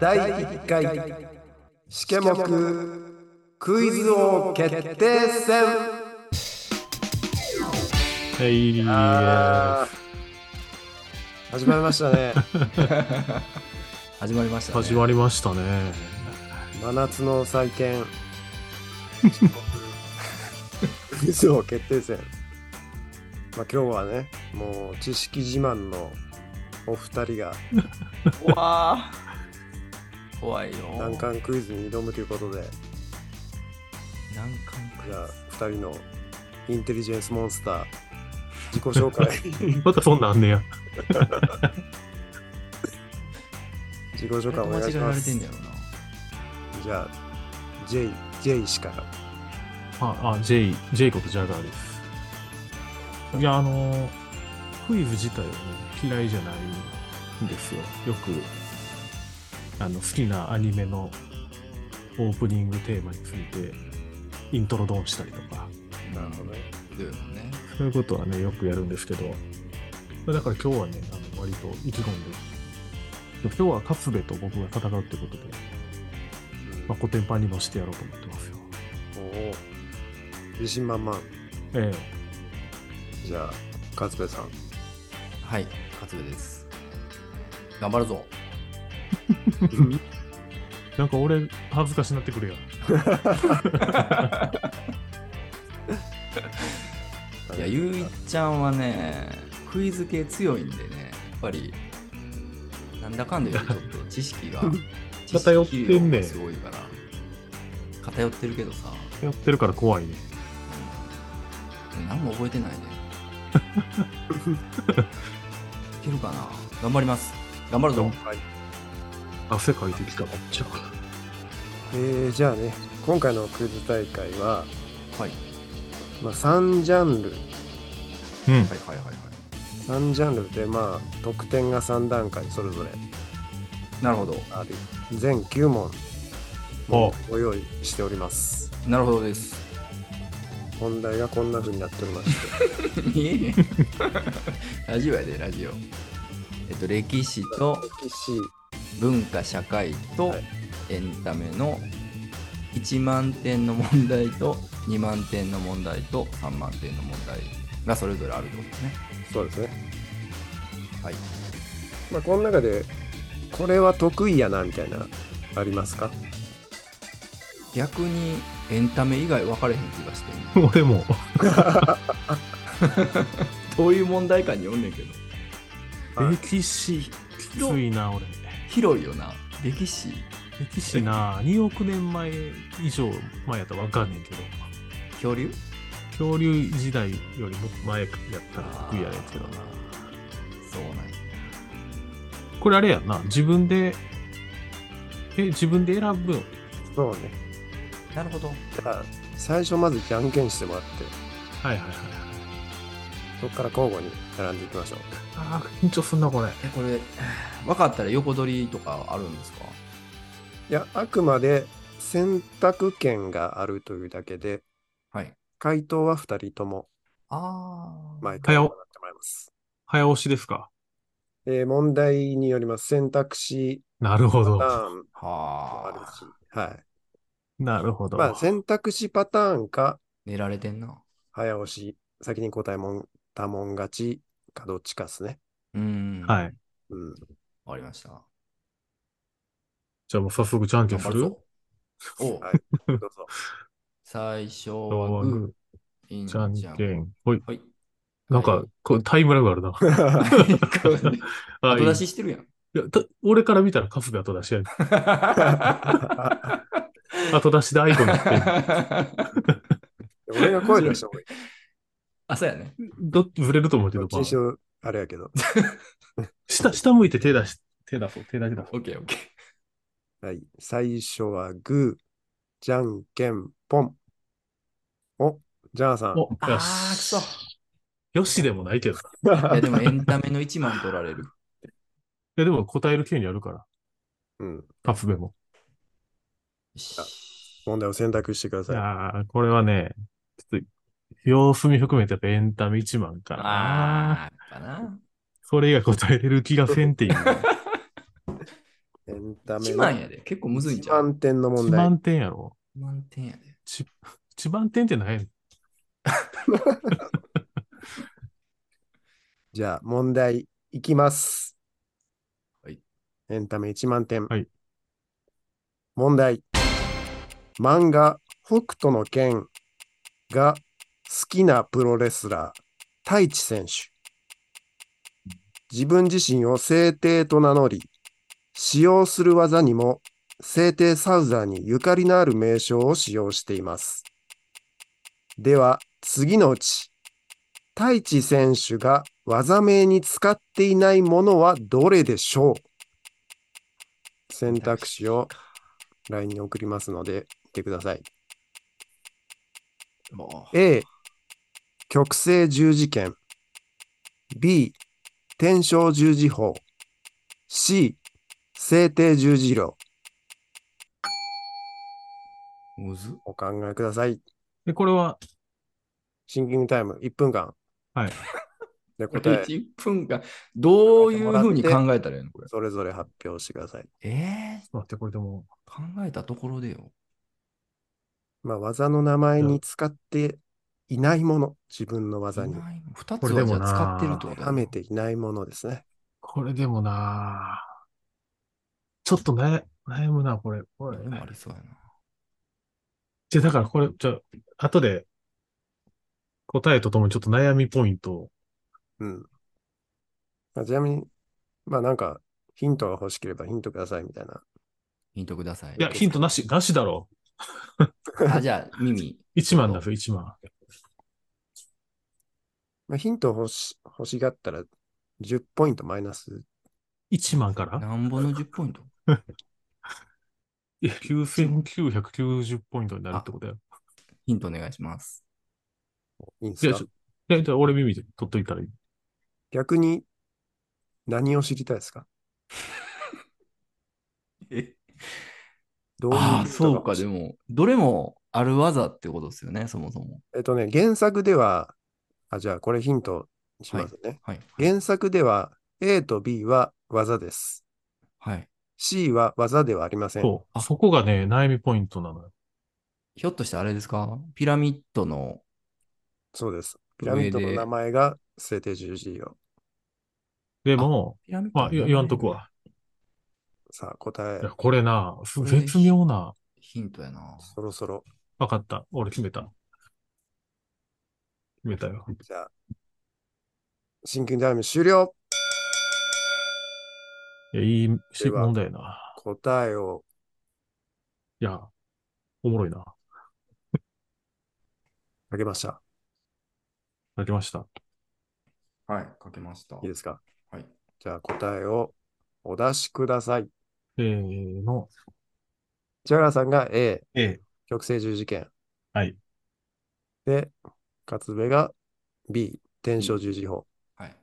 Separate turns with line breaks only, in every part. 第1回試験目クイズ王決定戦
はい、
あー始まりました ね
始まりました、ね。
始まりましたね。
真夏の祭典クイズ王決定戦まあ今日はねもう知識自慢のお二人が
わあ
怖いよ。
難関クイズに挑むということで
難関ク
じ
イズ
ゃあ2人のインテリジェンスモンスター自己紹介
またそんなんあんねや。
自己紹介お願いし
間違え
ま
られ
す
てんだよな。
じゃあ J, J 氏から
あ、あ、J、J ことジャガーです。いや、あのー、クイズ自体はね、嫌いじゃないんですよ。よく、あの、好きなアニメのオープニングテーマについて、イントロドンしたりとか、
なるほどね
どういうのね。
そういうことはね、よくやるんですけど、まあだから今日はね、あの割と意気込んで、でも今日は勝つべと僕が戦うってことで、まあ、コテンパンにもしてやろうと思ってますよ。
うんおお自信満々
ええ
じゃあ勝部さん
はい、勝部です。頑張るぞ。
なんか俺、恥ずかしなってくるやん。
いや、ゆういちゃんはね、クイズ系強いんでね、やっぱり、なんだかんだ言うと、ちょっと知識が、知識
偏ってんね
量がすごいから。偏ってるけどさ、
やってるから怖いね。
何も覚えてない ね。いけるかな頑張ります。頑張るぞ。
はい
汗かいてきた、こっちゃ。
えーじゃあね今回のクイズ大会は、
はい。
まあ、3ジャンル
うん。
はいはいはいは
3ジャンルでまあ得点が3段階それぞれ
い。なるほど。
ある全9問
おう
ご用意しております
なるほどです。
問題がこんな風になっておりまして
いいラジオやでラジオえっと歴史と
歴史
文化社会と
はい
エンタメの1万点の問題と2万点の問題と3万点の問題がそれぞれあるってことですね
そうですね
はい
まあ、この中でこれは得意やなみたいなありますか
逆にエンタメ以外分かれへん気がしてんね
俺も。
どういう問題かによんねんけど
はい
歴史、きついな、俺。
広いよな歴史
歴史な、2億年前以上前やったらわかんねんけど、
恐竜
恐竜時代よりもっと前やったら得意やねんけどな。
そうなんや
これあれやんな、自分で、え、自分で選ぶん
そうね
なるほど
だから最初まずじゃんけんしてもらって
はいはいはい。
そこから交互に並んでいきましょう
ああ、緊張すんな、これ。
えこれ分かったら横取りとかあるんですか
いやあくまで選択権があるというだけで
はい
回答は2人とも
ああ。
毎回行ってもらいます、
早押しですか
えー問題によります選択肢
なるほ
パ
ど
タ。ーンもあ
は
る
あ。
しはい
なるほど。
まあ、選択肢パターンか
寝られてんな。
早押し先に答えもんたもん勝ちかどっちかっすね
うーん。。
はいい。
うん
わかりました。
じゃあもう早速じゃんけんする
おう
はいどうぞ
最初
ど
は
う
グ
ぐ
ー、イン
じゃんけ
ん。
ん。ほい。
はい。
なんか、こうタイムラグあるな。あいい
後出ししてるやん。
いやた俺から見たらカスで後出しやね後出しでアイコンになって る
俺が声出した方がいい
あ、そうやね。
どずれると思うけ
ど
ど
っ、ちにしろあれやけど。
下、下向いて手出し、手出そう、手だけ出そう。
オッケーオッケー。
はい。最初はグー、じゃんけん、ポン。お、ジャーさん。
お、
あ
よ
あ、く
し
そ。。
よしでもないけど。い
いや、でもエンタメの1万取られる。
や、でも答える権利あるから、
うん。
カスベも。
問題を選択してくだ
い
さ
やーこれはね、ちょっと、様子見含めてやっぱエンタメ一番かな。
ああ、かな。
それ以外答えれる気がせんっていう。
い。エンンダメ
1
の
万やで。結構むずいん
1
ちゃう
万点の問題。
1万点やろ。
?1 万点やで。
ち1万点ってない
じゃあ、問題いきます。
はい。
エンタメ1万点。
はい。
問題。漫画、北斗の拳が好きなプロレスラー、太一選手。自分自身を聖帝と名乗り、使用する技にも聖帝サウザーにゆかりのある名称を使用しています。では、次のうち、太一選手が技名に使っていないものはどれでしょう選択肢を LINE に送りますので、見てください。
もう
A、極性十字剣。B、天正十字法。C、制定十字路。
むずっ
お考えください。
で、これは、
シンキングタイム1分間。
はい。
で、
これ
答え、
1分間。どういうふうに考えたらいいのこれ。
それぞれ発表してください。
えー、
待って、これでも、
考えたところでよ。
まあ、技の名前に使っていないもの。自分の技に
2
こ
つ
れで
はじ
も
ゃあ
な
使ってるってことやな
はめていないものですね。
これでもなぁちょっと悩悩むな、これ。これ
どれもありそうやな。
じゃあだからこれ、じゃあ、後で、答えとともにちょっと悩みポイントを。
うん。まあ、ちなみに、まあなんか、ヒントが欲しければヒントくださいみたいな。
ヒントください。
いや、ヒントなし、なしだろ。
あ、じゃあ、耳。
1万だぞ、1万。
まあ、ヒント欲し欲しがったら10ポイントマイナス。
1万から
なんぼの10ポイント。
いや、9990ポイントになるってことや。
ヒントお願いします。
いいんで
い
す
や、
か
ちょいやじゃあ俺耳で取っといたらいい。
逆に何を知りたいですか
え
どういう
あ
ヒ
あ、
ント
そ
が
うか、
欲しい
でも、どれもある技ってことですよね、そもそも。
えっとね、原作では、あ、じゃあこれヒントしますね。
はい。
原作では A と B は技です。
はい。
C は技ではありません。
そう。あそこがね、悩みポイントなのよ。
ひょっとしてあれですかピラミッドの、
そうです。ピラミッドの
上で
名前が聖帝十字よ。
でも、
ピラミッド
まあ、
の名
言
前
言わんとくわ。
さあ、答え
いや、、これな、
これ
絶妙な。
ヒントやな。
そろそろ、
わかった。俺決めた。決めたよ。
じゃあ、真剣ダイム終了
いや、いいし
では
問題やな。
答えを
いや、おもろいな。
あげました。
書きました。
はい、かけました。
いいですか
はい。
じゃあ、答えをお出しください。
せーの。
千原さんが A、
ええ。
極性十字剣。
はい。
で、勝部が B、転生十字法。
はい。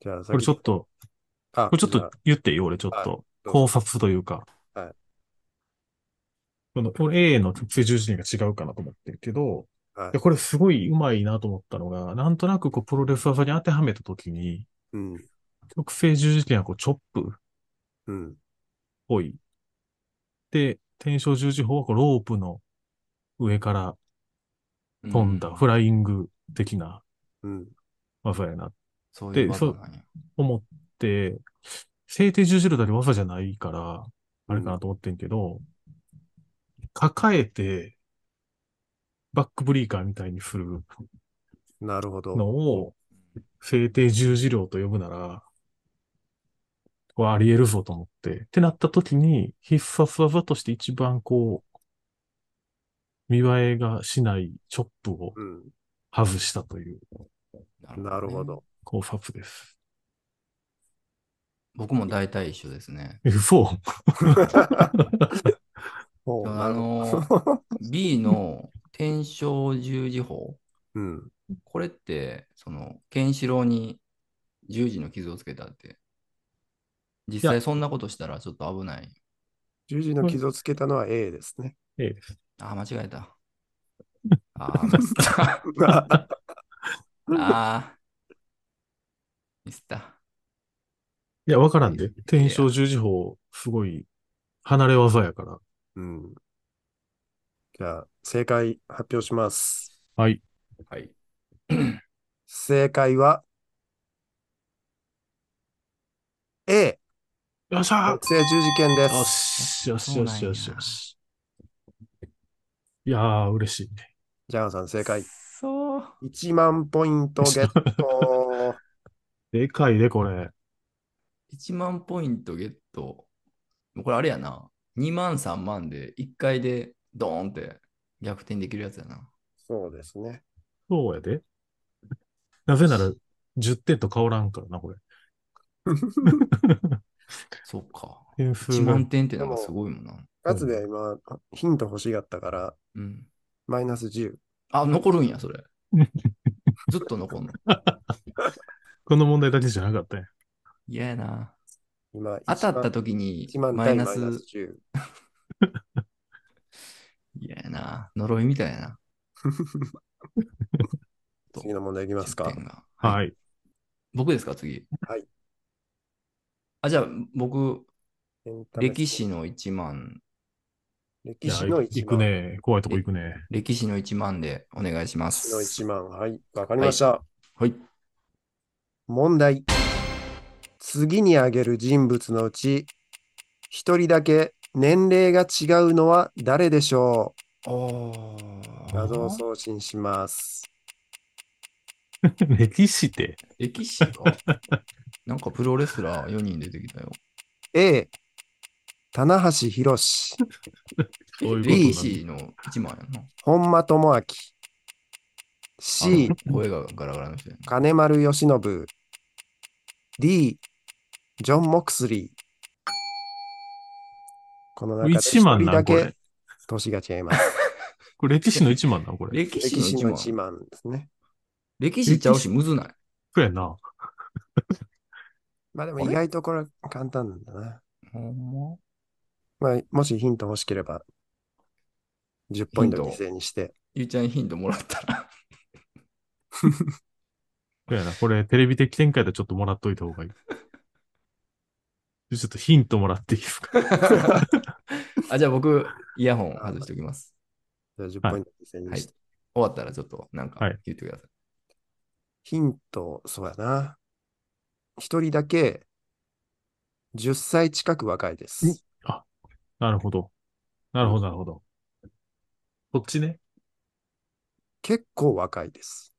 じゃあ、
これちょっと、
と、あ
これちょっ
じゃあ
と言ってよ、俺ちょっ
はい
と。
ぞ
考察というか。
はい。
この、これ A の特性重視点が違うかなと思ってるけど、
はい
いやこれすごい上手いなと思ったのが、なんとなくこうプロレス技に当てはめたときに、
うん、
特性十字点はこうチョップっ
うん、
ぽい。で、転生十字法はこうロープの上から飛んだフライング的な
うん。
技やな
そういう
で
技
そう
なんや。
思って、制定十字路だり技じゃないから、あれかなと思ってんけど、抱えて、バックブリーカーみたいにする
なるほど。
のを、制定十字量と呼ぶなら、これあり得るぞと思って。ってなった時に、必殺技として一番こう、見栄えがしないチョップを
うん、
外したという
なるほ
ね。
ど。
考察です。
僕も大体一緒ですね。
え嘘
ほう
あの
なるほど
B の天正十字法。
うん、
これって、その、ケンシロウに十字の傷をつけたって。実
い
際そんなことしたらちょっと危ない。
十字の傷をつけたのは A です ね。
ええです。
あー、間違え た。あー、ミスった。あー、ミスった。
いや、わからんで。天正十字法、すごい、離れ技やから。
うん。じゃあ、正解発表します。
はい。
はい。
正解は、A、
よっしゃ
学生十字剣で
ーよ
す。
し、よし、よし、よし、よし。いやー、嬉しいね。
ジャガンさん正解。
そう。
1万ポイントゲッ ト。
でかいで、これ。
1万ポイントゲット。これあれやな。2万3万で1回でドーンって逆転できるやつやな。
そうですね。
そうやで。なぜなら、10点と変わらんからな、これ。
そっか。
点数が
1万点ってなんかすごいもんな。
かつで今、ヒント欲しがったから、
うん。
マイナス10。
あ、残るんや、そ れ。ずっと残んの。
この問題だけじゃなかったんや
嫌やな。
今、
当たった時に
1万
マイ
対
ナ
マイナス
ス。
10。
嫌やな。呪いみたいやな。
次の問題いきますか
10。点が
はい。
僕ですか、次。
はい。
あ、じゃあ、僕、歴史
の。
の1万、
い
歴
や
史の1万。
行くね。怖いとこ行くね。
歴史の1万でお願いしま
歴史の
す。
1万。はい。わかりました。
はい。
問題。次に挙げる人物のうち、一人だけ年齢が違うのは誰でしょ
お
う画像送信します。
歴史って。
歴史か なんかプロレスラー4人出てきたよ。
A、棚橋宏志、
どういうことなの
B、C の1枚やんな。
本間智明。
あ
C
の、声がガラガラの人やな。
金丸義信。D、ジョン・モクスリー。この中で一
1万
人
な
だ
んこ
け
れ。
年が違います。
これ歴史の1万なこれ。
歴
歴史
史
の
の
1
1枚。
万ですね。
歴史ちゃうし、むずない。
くらいな。
まあでも意外とこれ簡単なんだな。
ほんま
まあ、もしヒント欲しければ、10ポイント
ヒント
犠牲にして。
ゆうちゃんヒントもらったら。
くらいな。これテレビ的展開でちょっともらっといた方がいい。ちょっとヒントもらっていいで すか
あ、じゃあ僕、イヤホン外しておきます。
じゃあ10
はい
ポイント犠牲にして。
終わったらちょっとなんか
はい
言ってください。
ヒント、そうやな。一人だけ、10歳近く若いです。
なるほど。なるほど、なるほど。そっちね。
結構若いです。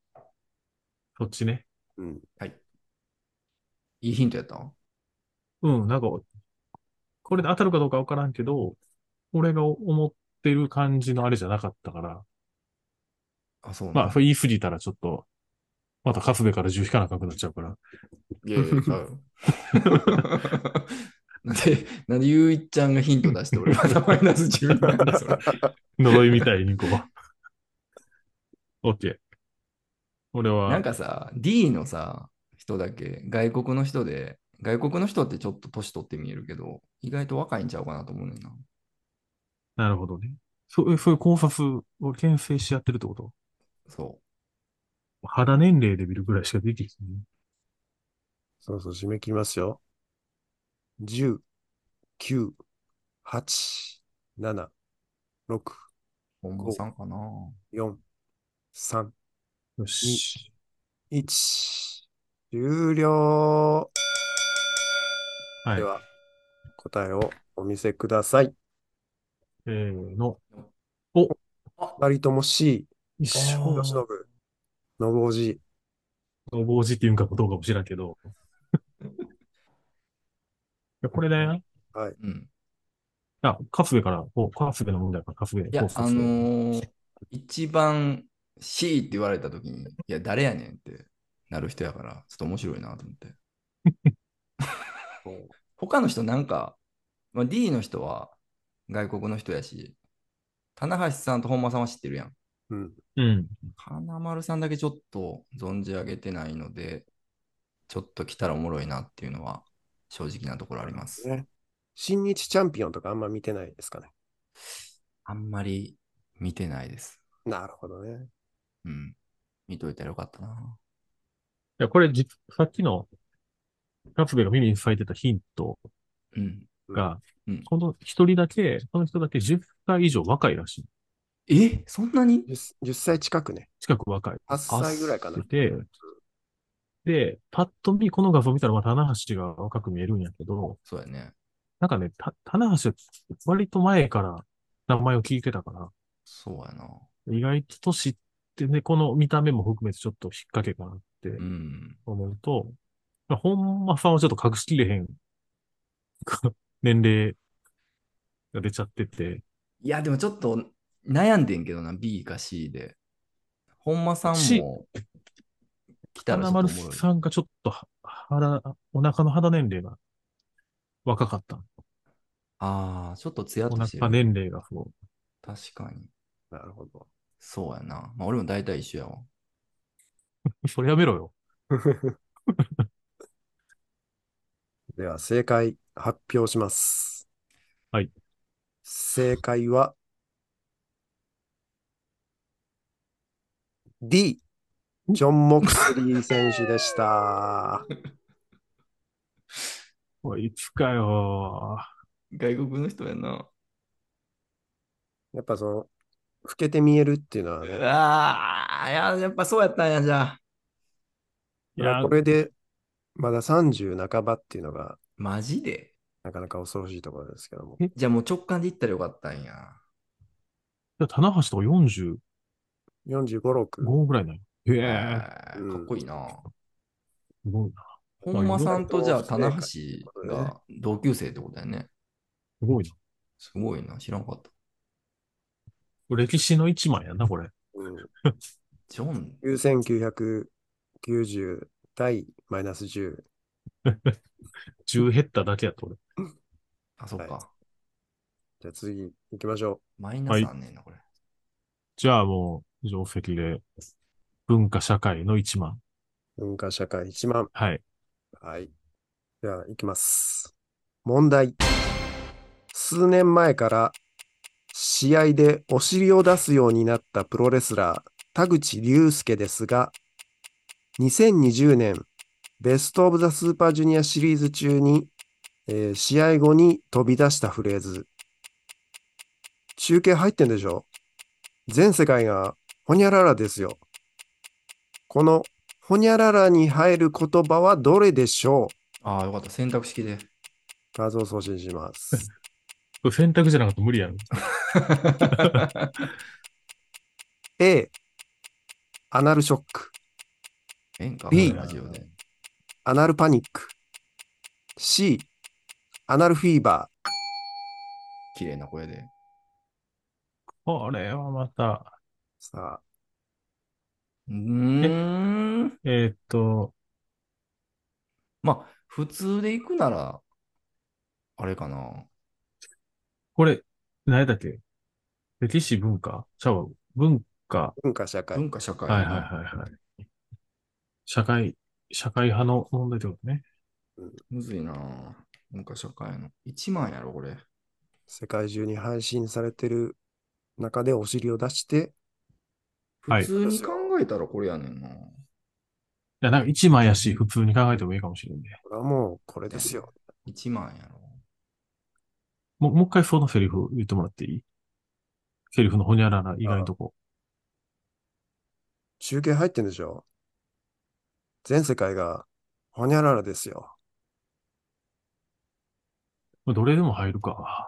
そっちね。
うん。
はい。いいヒントやったん
うん、なんか、これで当たるかどうかわからんけど、俺が思ってる感じのあれじゃなかったから、
あ、そう
ま
な
あ、
ん
それ言い過ぎたらちょっと、またカスベから銃引かなあかんくなっちゃうから。
いやいや、ちゃうよなん で、なんでゆういちゃんがヒント出して俺またマイナス10なんだそれ。
呪いみたいにこ う。オッケー。俺は、
なんかさ、D のさ、人だけ、外国の人で、外国の人ってちょっと年取って見えるけど、意外と若いんちゃうかなと思うねんな。
なるほどね。そうそういう考察を牽制し合ってるってこと
そ
肌年齢で見るぐらいしかできない、
そうそう、締め切りますよ。10、9、8、7、6、
う。本間さんかな。
4、3、
よし。
1。終了。
は
で
い。
は、答えをお見せください。
えー、の、
二人とも C、
一
吉
生
信、信おじ、
の坊主っていうんかどうかも知らん けど。いやこれね、
うん。
あ、カスベから、こう、カスベの問題からカスベ
いや
考、
あ
察する
のー一番 C って言われたときに、いや、誰やねんってなる人やから、ちょっと面白いなと思って。他の人なんか、まあ、D の人は外国の人やし、棚橋さんと本間さんは知ってるやん。
うん。
うん。
金丸さんだけちょっと存じ上げてないので、ちょっと来たらおもろいなっていうのは正直なところあります。
ね。新日チャンピオンとかあんま見てないですかね。
あんまり見てないです。
なるほどね。
うん。見といたらよかったな。
いや、これ、じさっきのラプベが耳に塞いでたヒント
うん。
が、
うん
この一人だけ、この人だけ10歳以上若いらしい。
えそんなに
10, 10歳近くね。
近く若い。
8歳ぐらいかな。
で、で、パッと見、この画像見たら、まあ、棚橋が若く見えるんやけど、
そうやね。
なんかね、た棚橋は割と前から名前を聞いてたから、
そうやな。
意外と年ってね、この見た目も含めてちょっと引っ掛けかなって
うん。
思うと、まあ、本間さんはちょっと隠しきれへん 年齢が出ちゃってて、
いや、でもちょっと悩んでんけどな、B か C で。本間さん
C
も来たらちょ
花
っとお
丸
もろい。
さんがちょっとは肌、お腹の肌年齢が若かった。
ああ、ちょっとツヤっ
お
として
腹
る。
年齢がそう。
確かに。
なるほど。
そうやな。まあ俺も大体一緒やわ。
それやめろよ。
では正解発表します。
はい。
正解は D、ジョン・モクスリー選手で した。
おいいつかよ。
外国の人やな。
やっぱその、老けて見えるっていうのはね、
ああ、いや、やっぱそうやったんや、じゃあ。
いや
こ、れでまだ30半ばっていうのが
マジで
なかなか恐ろしいところですけども。
じゃあもう直感で言ったらよかったんや。
棚橋とか45
45、6。
ぐらいなの。へ
え
え、
うん
かっこいいな。
すごいな。
本間さんとじゃあ、
まあ
棚橋が同級生ってことだよね。
すごいな。
すごいな、知らんかった。
歴史の一枚やな、これ。
うん、
ジョン、
9990対マイナス10。
10減っただけやと俺。
あ、そっか。
はじゃあ次行きましょう。
マイナスあんねんな、これ。
じゃあもう、定石で、文化社会の一万。
文化社会1万。
はい。
はい。では、いきます。問題。数年前から試合でお尻を出すようになったプロレスラー、田口竜介ですが、2020年、ベスト・オブ・ザ・スーパージュニアシリーズ中に、えー試合後に飛び出したフレーズ。中継入ってんでしょ全世界がホニャララですよ。このほにゃららに入る言葉はどれでしょう
ああ、よかった。選択式で。
画像送信します。
これ選択じゃなかったら無理やろ。
A、アナルショック。
ええんか、
B
ラジオで。
アナルパニック。C、アナルフィーバ
綺麗な声で。
これはまた、
ー。さあ、
うーん。
えーっと、
まあ、普通で行くなら、あれかな。
これ、何だっけ歴史文化ちゃうわ文化。
文化社会。
文化社会。
はいはいはいはい。社会、社会派の問題ってことね。
むずいなぁ文化社会の。1万やろ、これ。
世界中に配信されてる中でお尻を出して、
はい
普通に考えたらこれやねんな。
いや、なんか一枚やし、普通に考えてもいいかもしれんね。
これはもうこれですよ。
1万やろ。
もう、もう一回そのセリフ言ってもらっていいセリフのほにゃらら以外のとこ。
中継入ってんでしょ全世界がほにゃららですよ。
まあどれでも入るか。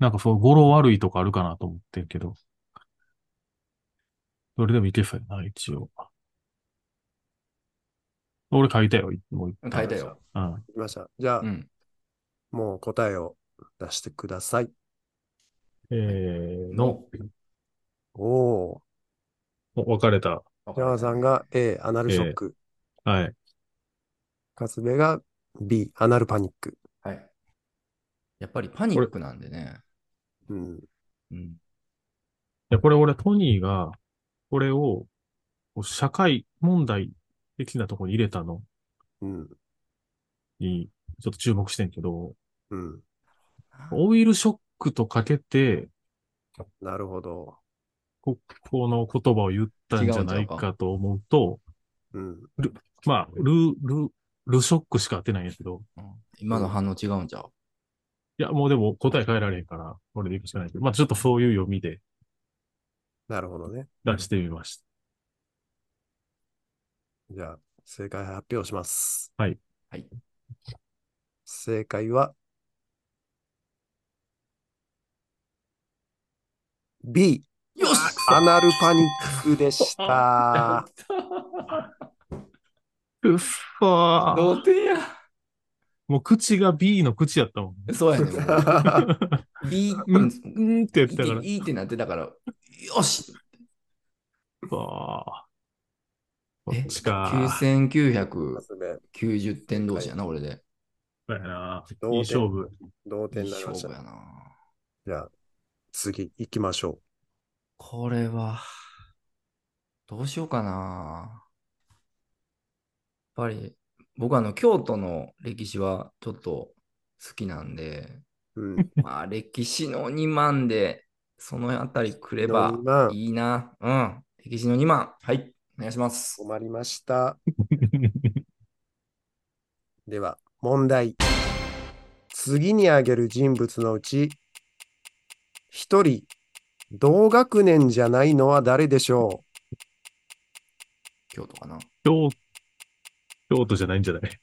なんかそう、語呂悪いとかあるかなと思ってるけど。どれでもいけそうやな、一応。俺書いたよ、もう。
書いたよ。
うん。
いきました。じゃあ、
うん。
もう答えを出してください。
えー、の、
おー。
お分かれた。
山田さんが A、アナルショック。
はい。
カスベが B、アナルパニック。
はい。やっぱりパニックなんでね。
うん。
うん。
いや、これ俺、トニーが、これを、こう社会問題的なとこに入れたの
うん。
に、ちょっと注目してんけど、
うん。
オイルショックとかけて、
なるほど。
こ、この言葉を言ったんじゃないかと思うと、
うん。
まあ、ルー、ルー、ルショックしか当てないんやけど、
今の反応違うんちゃう
いや、もうでも答え変えられへんから、これでいくしかないけど、まあちょっとそういう読みで
なるほどね。
出してみまし
じゃあ、正解発表します。
はい。
はい。
正解は、B、
よし
アナルパニックでした。
た。うっさー。
童貞や。
もう口が B の口やったもん。
そうや ねん。もう B、
う
うん
ん、うんってやってたから。
いいってなってたから、よし
わあ。こ
え
っちか。
!9990
一発目
点同士やな、俺で。
そうやな。
同
いい
点
勝負。
同
い
点
い
になり
勝
まし
負
た
や
ね。
な。
じゃあ、次行きましょ
これは、どうしようかな。やっぱり、僕はあの、京都の歴史はちょっと好きなんで、
う。うん。
まあ、歴史の2万で、そのあたりくれば
2万
いいな。うん。歴史の2万。はい。お願いします。
困りました。では、問題。次に挙げる人物のうち、一人、同学年じゃないのは誰でしょ
京都かな。
京京都じゃないんじゃない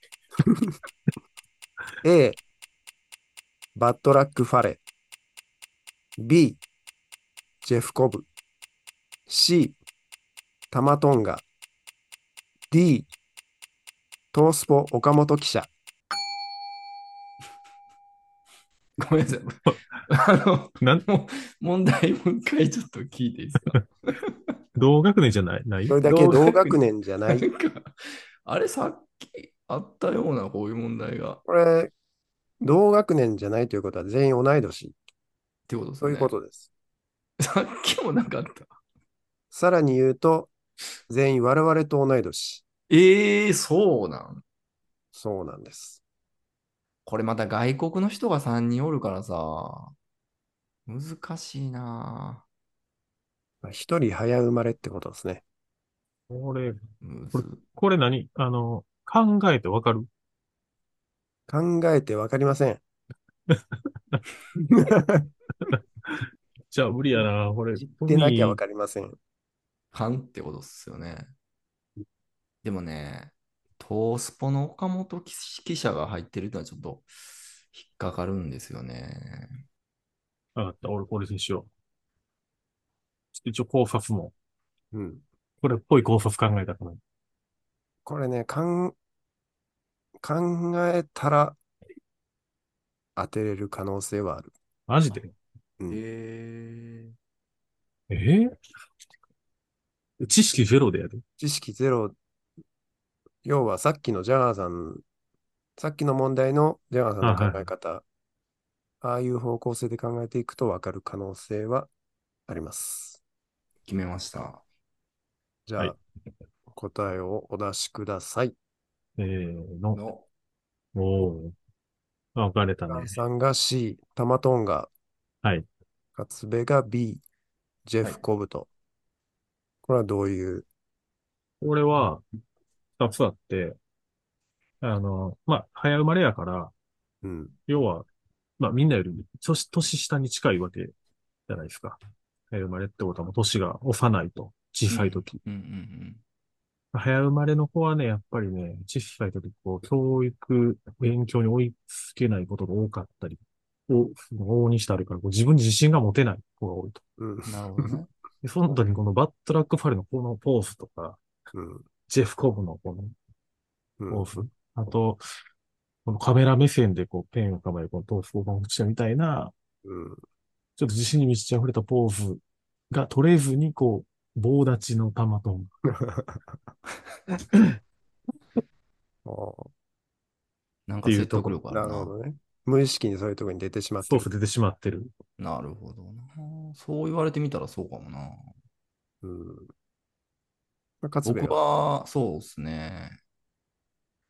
う
?A、バットラック・ファレ。B、ジェフ・コブ。C、タマトンガ。D、トースポ・岡本記者。
ごめんなさい。 あの、
なん
もう問題もう一回ちょっと聞いていいですか
同学年じゃないない
それだけ同学年じゃな。
ないんか、あれさっきあったようなこういう問題が。っ
これ、同学年じゃないということは全員同い年。
てことです
そ
ね。
ういうことです。
さっきもなかった。
さらに言うと、全員我々と同い年。
ええそうなん。
そうなんです。
これまた外国の人が3人おるからさ、難しいな
まあ一人早生まれってことですね。
これ、
むず
これ何あの、考えてわかる
考えてわかりません。
じゃあ無理やな。これ、
でなきゃわかりません。
パンってことっすよね。でもね、トースポの岡本記者が入ってるのはちょっと引っかかるんですよね。
分かった。俺、これにしよう。ちょっと一応考察も。
うん。
これっぽい考察考えたから。
これね、かん、考えたら当てれる可能性はある。
マジで
うん
え
えー知識ゼロでやる。
知識ゼロ。要はさっきのジャガーさん、さっきの問題のジャガーさんの考え方、ああいう方向性で考えていくと分かる可能性はあります。
決めました。
じゃあ、
はい
答えをお出しください。
えー、の、
の
おー。分かれた
ジャガ
ね
ー。さんが C、タマトンが、
はい。
勝部が B、ジェフ・コブと。これはどういう、
これは、二つあって、あの、まあ、早生まれやから、
うん、
要は、まあ、みんなより年、年下に近いわけじゃないですか。早生まれってことはもう年が幼いと、小さい時。
うんうん
早生まれの子はね、やっぱりね、小さい時、こう、教育、勉強に追いつけないことが多かったり、を、往々にしてあるから、こう自分に自信が持てない子が多いと。
うん
う、ん。なるほどね。
で、その後にこのバットラックファレのこのポーズとか、
うん、
ジェフ・コブのこの
うん
豆腐。あと、このカメラ目線でこうペンを構えるこの豆腐をン口みたいな、
うん、
ちょっと自信に満ち溢れたポーズが取れずに、こう、棒立ちの玉とん。
お
なんか説得力あ
ー
る
な
な。
るほどね。無意識にそういうところに出てしまって
豆
る
腐出てしまってる。
なるほどな。そう言われてみたらそうかもな。
うん。まあ、勝部
僕
は、
は、そうですね。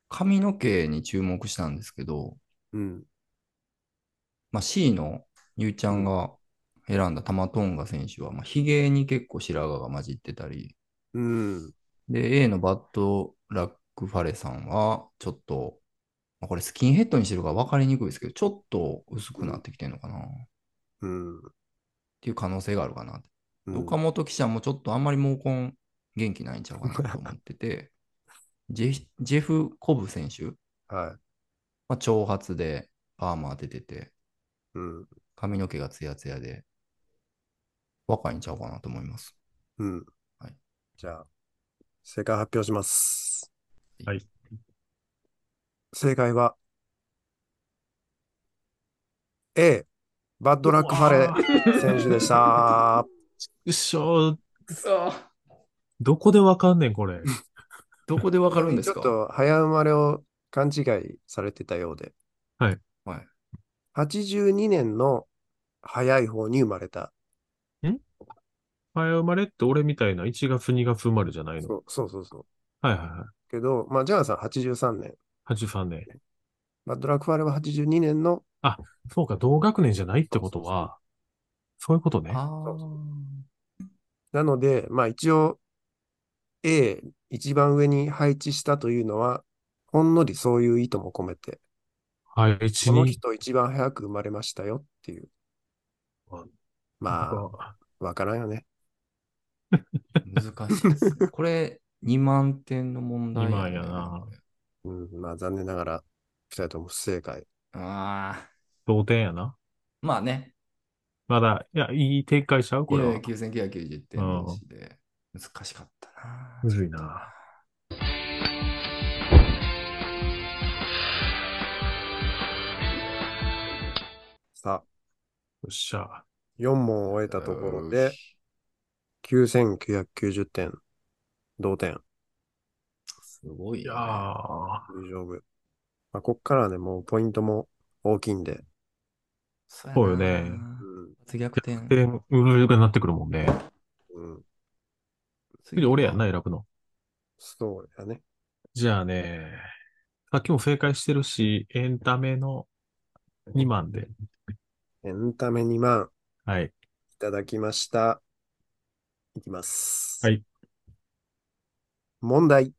髪の毛に注目したんですけど、
うん、
まあ、C のゆうちゃんが選んだタマトンガ選手は、まあ、ヒゲに結構白髪が混じってたり、
うん、
で、A のバットラックファレさんは、ちょっと、まあこれスキンヘッドにしてるから分かりにくいですけど、ちょっと薄くなってきてるのかなっ
うん。
ていう可能性があるかなって。
うん
岡本記者もちょっとあんまり毛根元気ないんちゃうか なと思ってて、ジェジェフ・コブ選手、
はい。
まあ、長髪でパーマ当ててて、
うん。
髪の毛がツヤツヤで、若いんちゃうかなと思います。
うん。
はい。
じゃあ、正解発表します。
はい。
正解は、A、バッドラックファレ選手でした。
うっしょー、
くそ
どこでわかんねん、これ。
どこでわかるんです
ちょ
か
っと早生まれを勘違いされてたようで。
はい。
はい。
82年の早い方に生まれた。
早生まれって俺みたいな1月2月生まれじゃないの。
そうそうそうそう。
はいはいは
けど、まあ、ジャガーさん83年。
い。83年。
バッドラックファレは82年の、
そうか、同学年じゃないってことは、そういうことね。
あ
そうそ
ー
なので、まあ一応 A、一番上に配置したというのは、ほんのりそういう意図も込めて、
はい、1、
この
2、
人一番早く生まれましたよっていう
あ。
まあ、わからんよね。
難しいですね。 これ、2万点の問題、
二万やな。
うん、まあ残念ながら、二人とも不正解。
ああ。
同点やな。
まあね、
まだ、いや、いい展開しちゃうこれは。
9990点のうちで、難しかったな。
むずいな。
さあ、
よっしゃ。
4問を終えたところで、9990点、同点、
すごい
いや
よ
ー
ね、
大丈夫。まあ、こっからはね、もうポイントも大きいんで、
そう
そうよね
うん
次逆転。
点、うるくなってくるもんね。
うん、
次俺やんな、選ぶの。
そうやね。
じゃあね、さっきも正解してるし、エンタメの2万で。
エンタメ2万、
はい。
いただきました。いきます。
はい。
問題。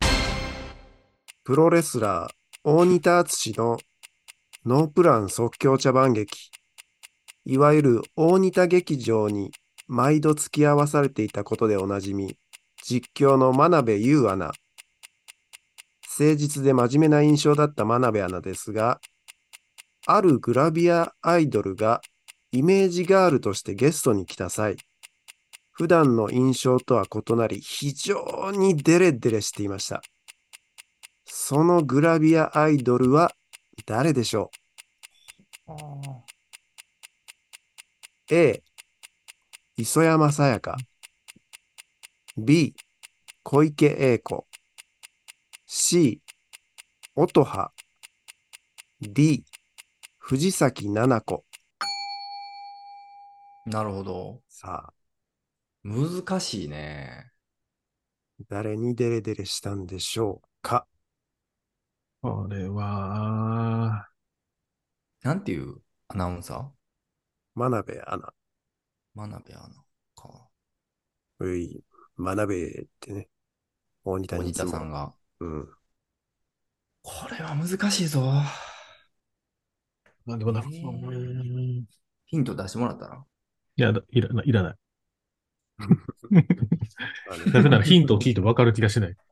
プロレスラー、大仁田敦のノープラン即興茶番劇。いわゆる大仁田劇場に毎度付き合わされていたことでおなじみ、実況の真鍋優アナ。誠実で真面目な印象だった真鍋アナですが、あるグラビアアイドルがイメージガールとしてゲストに来た際、普段の印象とは異なり非常にデレデレしていました。そのグラビアアイドルは誰でしょ
あー
う ?A、磯山さやか。B、小池栄子。C、音葉。D、藤崎奈々子。
なるほど。
さあ、
難しいね。
誰にデレデレしたんでしょうか
これは、
なんていうアナウンサー
真鍋アナ。
真鍋アナか。
うい、真鍋ってね。大仁田に
鬼
いつ
田
も
さんが。
うん。
これは難しいぞ。
まあでもなんか、
ねえ
うん
ヒント出してもらったら。
いや、だいらない、いらない。
あの
なぜならヒントを聞いて分かる気が しない。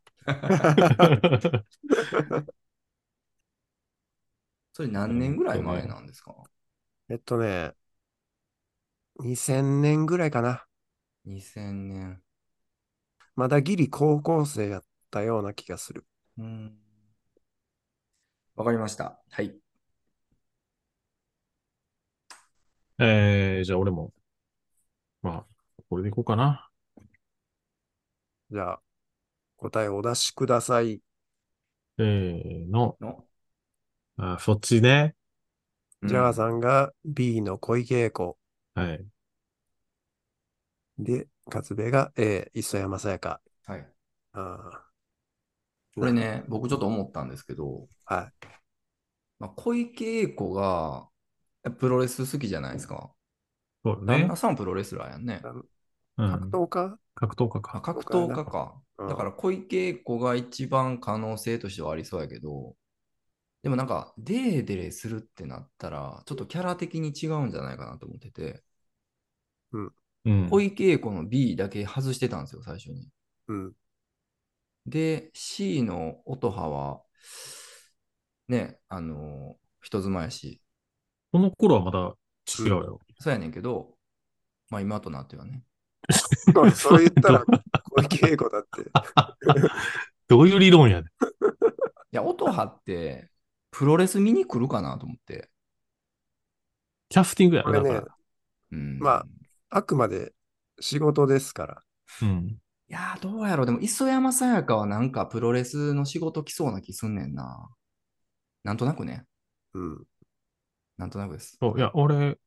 それ何年ぐらい前なんですか
えっとね、2000年ぐらいかな。
?2000 年。
まだギリ高校生やったような気がする。
うん。わかりました。はい。
えー、じゃあ俺も、まあ、これでいこうかな。
じゃあ、答えをお出しください。
せーの。
の。
あ、そっちね。
ジャガー
ん。
さんが B の小池栄子。
はい。
で、勝部が A、磯山さやか。
はい。
あ
これね、僕ちょっと思ったんですけど、
あはい。
まあ、小池栄子がプロレス好きじゃないですか。
そう
旦
ね
那。さんプロレスラーやんね。
うん
格闘家
格闘家
あ
か。
格闘家か。
うん
だから小池栄子が一番可能性としてはありそうやけど、でもなんかデレデレするってなったら、ちょっとキャラ的に違うんじゃないかなと思ってて、
うん
小池栄子の B だけ外してたんですよ、最初に。
うん。
で、C の音葉は、ね、あの人妻やし、
この頃はまだ違うよ。
そうやねんけど、まあ今となってはね。
おいそれ言ったら、小池栄子だ って。
どういう理論やねん
いや、音葉って、プロレス見に来るかなと思って。
キャスティングや
こ
ろ、
れ
だか
ね
ら。、
うん、
まああくまで仕事ですから。
うん。
いやー、どうやろう。でも、磯山さやかはなんかプロレスの仕事来そうな気すんねんな。なんとなくね。
うん。
なんとなくです。
そういや、俺、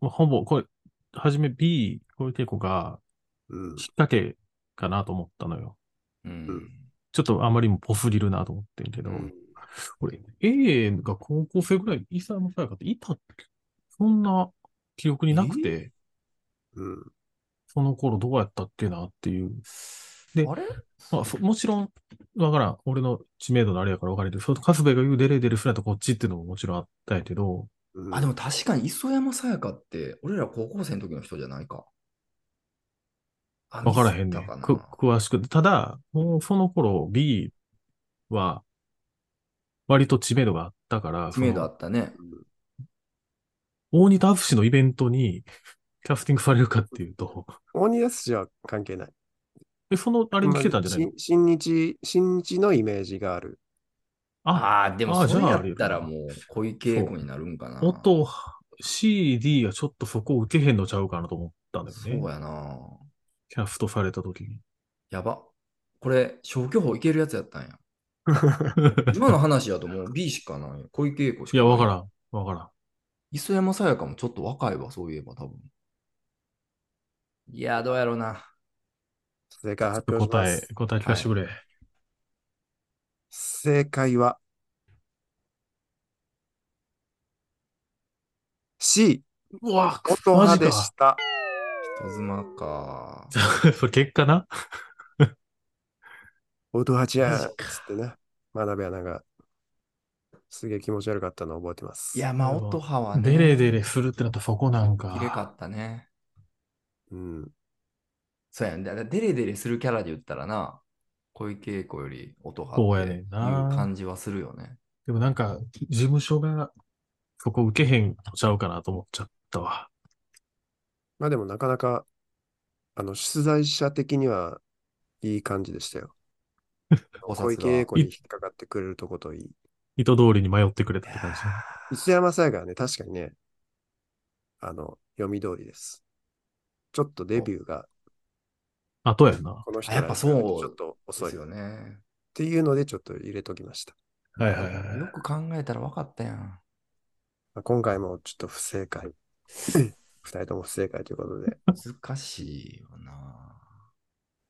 まあほぼ、これ、はじめ B、小池栄子が、
うん。
きっかけかなと思ったのよ。
うん。
ちょっとあまりにもポフリるなと思ってんけど、
うん
俺、A が高校生ぐらい、イサムサヤカっていたっけそんな記憶になくて、
うん。
その頃どうやったっけなっていう。で
あれ
まあ、そもちろん、わからん。俺の知名度のあれやからわかるけど、そのカスベが言うデレデレするやとこっちっていうのももちろんあったんやけど、
うん
あ、でも確かに磯山さやかって、俺ら高校生の時の人じゃないか。あ
わからへん
ミス
ね
ったかな
く詳しく。ただ、もうその頃 B は、割と知名度があったから、
知名度あったね。
大仁田淳のイベントに キャスティングされるかってい うと、
大西康氏は関係ない。
え、その、あれに来てたんじゃないの
まあし新日、新日のイメージがある。
あ、
ああー、で
あ
も
ー
それ
じゃあ
や
あれ
ったらもう小池栄子になるんかな。
音、CD はちょっとそこを受けへんのちゃうかなと思ったんだ
そう
よね。
やな。
キャストされた時に。
やば。これ、消去法いけるやつや ったんや。今の話やともう B しかない。小池栄子し
い
かな
や、
い。
わからん。わからん。
磯山さやかもちょっと若いわ、そういえば多分。いや、どうやろうな。
正解発表しま
答え
す。、
答え聞かしてくれ。
正解は、C、
うわ、
音
マ
派
ジ
で
か。
した。
人妻か。
それ結果な。
音派じゃん
マ
つ
ジ
ってね。真鍋アナが、すげえ気持ち悪かったのを覚えてます。
いや、まあ、音派はね。
デレデレするってなったらそこなんか。
きれかったね。
うん。
そうやん。だからデレデレするキャラで言ったらな、小池栄子より音
そう
派
や
って
ね
いうん
な
感じはするよね。
でもなんか、事務所がそこ受けへんのちゃうかなと思っちゃったわ。
まあでもなかなか、あの、出題者的には、いい感じでしたよ。
お
小
札
池栄
は
子に引っかかってくれるとこといい。
意図通りに迷ってくれたって感じ。
磯山さやがね、確かにね、あの、読み通りです。ちょっとデビューが、
あとやんな。は
この人
あやっぱそう
らに比べてちょっと遅
で
い
す
っ
よね。
ていうので、ちょっと入れときました。
いはいはい。
よく考えたら分かったやん。
まあ今回もちょっと不正解。 二人とも不正解ということで。
難しいよな。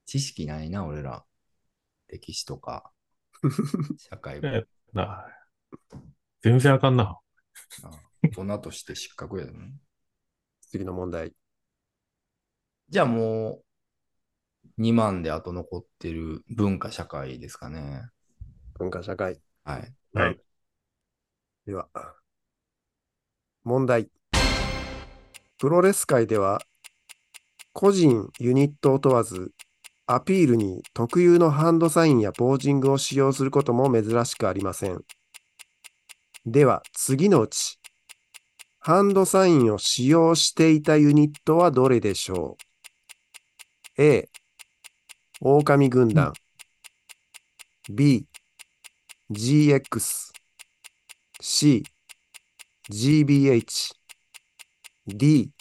知識ないな、俺ら。歴史 とか、社会も。
な全然あかんな。
大人として失格やね。
次の問題。
じゃあもう、2万であと残ってる文化社会ですかね。
文化社会。
はい。
はい
では、問題。プロレス界では、個人、ユニットを問わず、アピールに特有のハンドサインやポージングを使用することも珍しくありません。では、次のうち、ハンドサインを使用していたユニットはどれでしょう ?A、狼軍団。B、GX。C、GBH、D、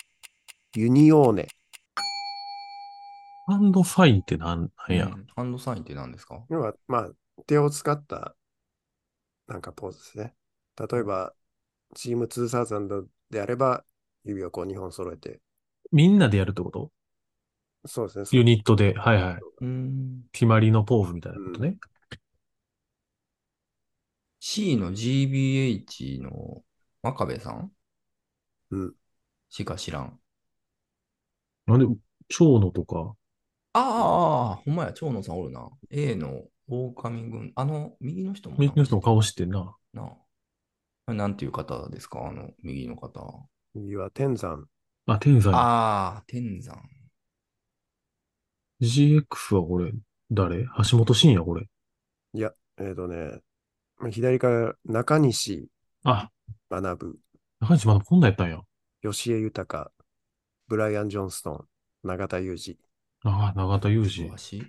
ユニオーネ。
ハンドサインってなんなんや。
うんハンドサインって何ですか
要は、まあ、手を使った、なんかポーズですね。例えば、チーム2000であれば、指をこう2本揃えて、
みんなでやるってこと
そうですね。
ユニットで。はいはい。
うん。
決まりのポーズみたいなことね。
C の GBH の真壁さん
うん。
しか知らん。
なんで、蝶野とか、
ああああ、ほんまや、蝶野さんおるな。A の狼軍、あの、右の人もな。
右の人も顔してんな。
なあ。あれなんていう方ですかあの、右の方。
右は天山。
あ、天才。
ああ、天山。
GX はこれ、誰橋本真也これ。
えっ、ー、とね、左から中西
あ、
学、
中西まだこんなんやったんや。
吉江豊、ブライアン・ジョンストン、永田裕二。
ああ、永田裕二
詳。しい。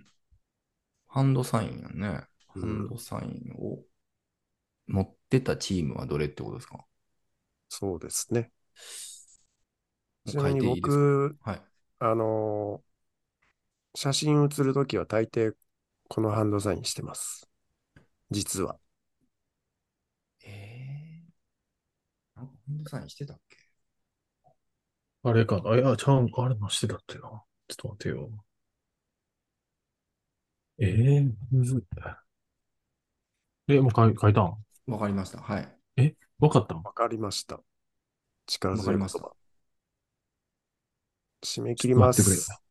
ハンドサインやね。
う
ハン
ん
ドサインを持ってたチームはどれってことですかも
そうですね。
う
ちな
変
み
え
に
ていいですか
僕、
はい。
あのー写真写るときは大抵このハンドサインしてます。実は。
えー、なんかハンドサインしてたっけ
あれかな。あいや、ちゃん、あれなしてたってな。ちょっと待てよ。ええむずい。え、もう書い書いたん
わかりました。はい。
わかったん
わかりました。力
わか
強い言
りました
葉。締め切りま
ちょっと待って
す。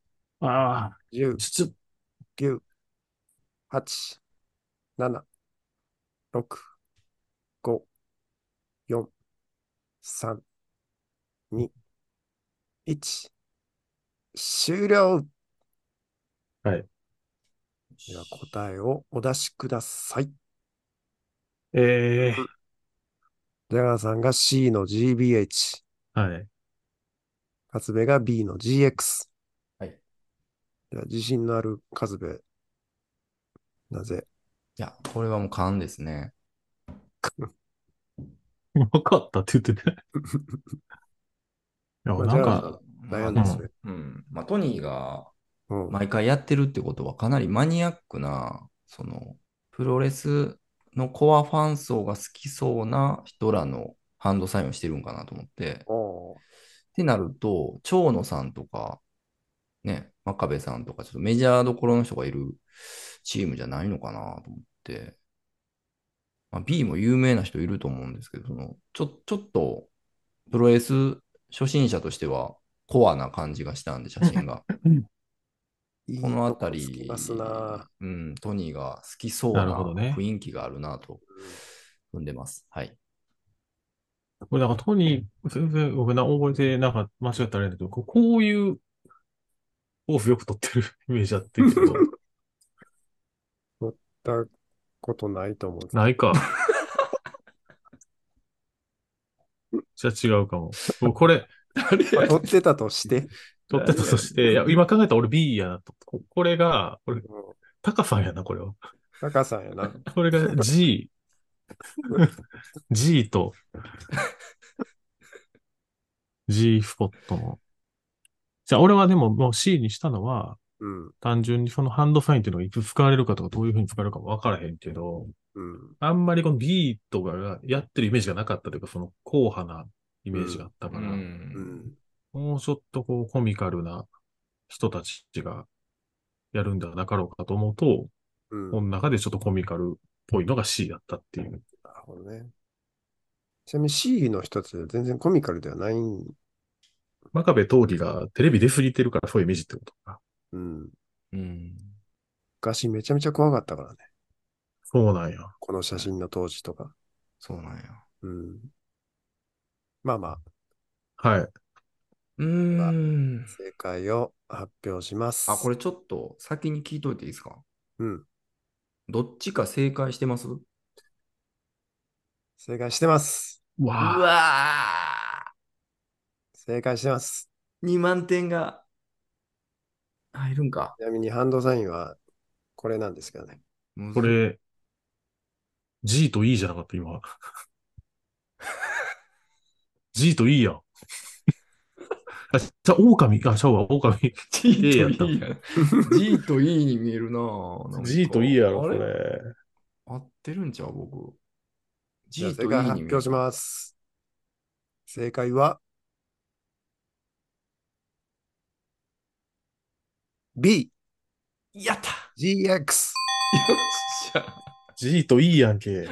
ああ、
10、
ちょっと、
9、8、7、6、5、4、3、2、1、終了では答えをお出しください。
ええ
ジャガーさんが C の GBH、
はい。
勝部が B の GX。
はい。
では自信のある勝部。な ぜ
いや、これはもう勘ですね。
わかったって言って て。いや、
まあ
なん
じゃ
か、
あ悩んだんですね。
うん。まあ、トニーが
うん。
毎回やってるってことはかなりマニアックな、その、プロレスのコアファン層が好きそうな人らのハンドサインをしてるんかなと思って。
おー
ってなると、蝶野さんとか、ね、真壁さんとか、ちょっとメジャーどころの人がいるチームじゃないのかなと思って、まあ、B も有名な人いると思うんですけど、そのちょちょっとプロレス初心者としてはコアな感じがしたんで、写真 が。
いい
この辺
とこつ
り
きますな。
うん、トニーが好きそう
な
な
るほどね
雰囲気があるなと踏んでます。はい。
これなんか、トニー、全然、僕な、覚えて、なんか、間違ったらあれだけど、こうこういう、オフよく撮ってるイメージあってるけど、
行ったことないと思 うんですけど
ないか。じゃあ違うかも。僕これ、
まあ撮ってたとして、
撮ってたとして、いや、今考えたら俺 B やなと。ここれが、俺、
うん、
タカさんやな、これは。
タカさんやな。
これが G、G と、G スポットの。じゃあ、俺はでももう C にしたのは、
うん、
単純にそのハンドサインっていうのがいつ使われるかとか、どういうふうに使われるかもわからへんけど、
うん、
あんまりこの B とかがやってるイメージがなかったというか、その硬派なイメージがあったから、
うん。
もうちょっとこうコミカルな人たちがやるんではなかろうかと思うと、
うん、
この中でちょっとコミカルっぽいのが C だったっていう。
なるほどね。ちなみに C の人たちは全然コミカルではないん、
真壁闘技がテレビ出過ぎてるからそういうイメージってことか。
うん。
うん。
昔めちゃめちゃ怖かったからね。
そうなんや。
この写真の当時とか。
そうなんや。
うん。まあまあ、
はい。
うーん。
正解を発表します。
あ、これちょっと先に聞いといていいですか
うん。
どっちか正解してますう
正解してます。
わあ。
わ
正解してます。
ー !2 万点が入るんか。
ちなみにハンドサインはこれなんですけどね。
むず
こ。れ、G と E じゃなかった、 今。G と E やん。あ、じゃあ、狼、あ、シャワー、狼。
G
や
と
った
E や。G と E に見えるなぁなんか
G と E やろ、こ
あ
れ。
合ってるんちゃう僕。
じゃあ
G と
正
E
解
に
発
見え
表
る
し。ます。正解は B、
やった
GX。
よっし ゃ
G と E やんけ。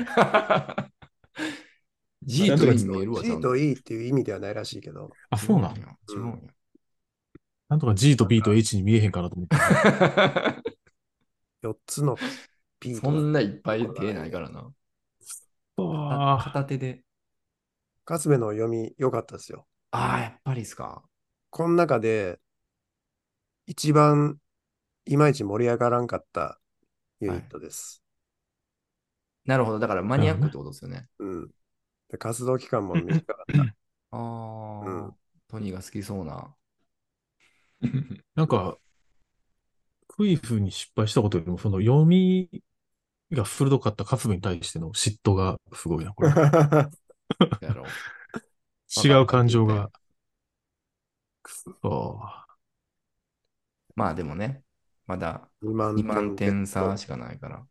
!G と E に見えるわ、ちゃ
G
んと
と E っていう意味ではないらしいけど、
あ、そうなん
違や違うんや。
なんとか G と B と H に見えへんかなと思 って。
4つの P
そ
と
んないっぱい出ないからな。あ
あ
片手で。
カスベの読み良かったですよ。
ああ、やっぱりですか。
この中で、一番いまいち盛り上がらんかったユニットです。
なるほど。だからマニアックってことですよね。
うん。で活動期 間も短かった。
ああ、
うん
トニーが好きそうな。
なんか、クイフに失敗したことよりも、その読みが鋭かったカスベに対しての嫉妬がすごいな、 これ。
やろう。
違う感情が。くそ
まあでもね、まだ
2万
2万点差しかないから。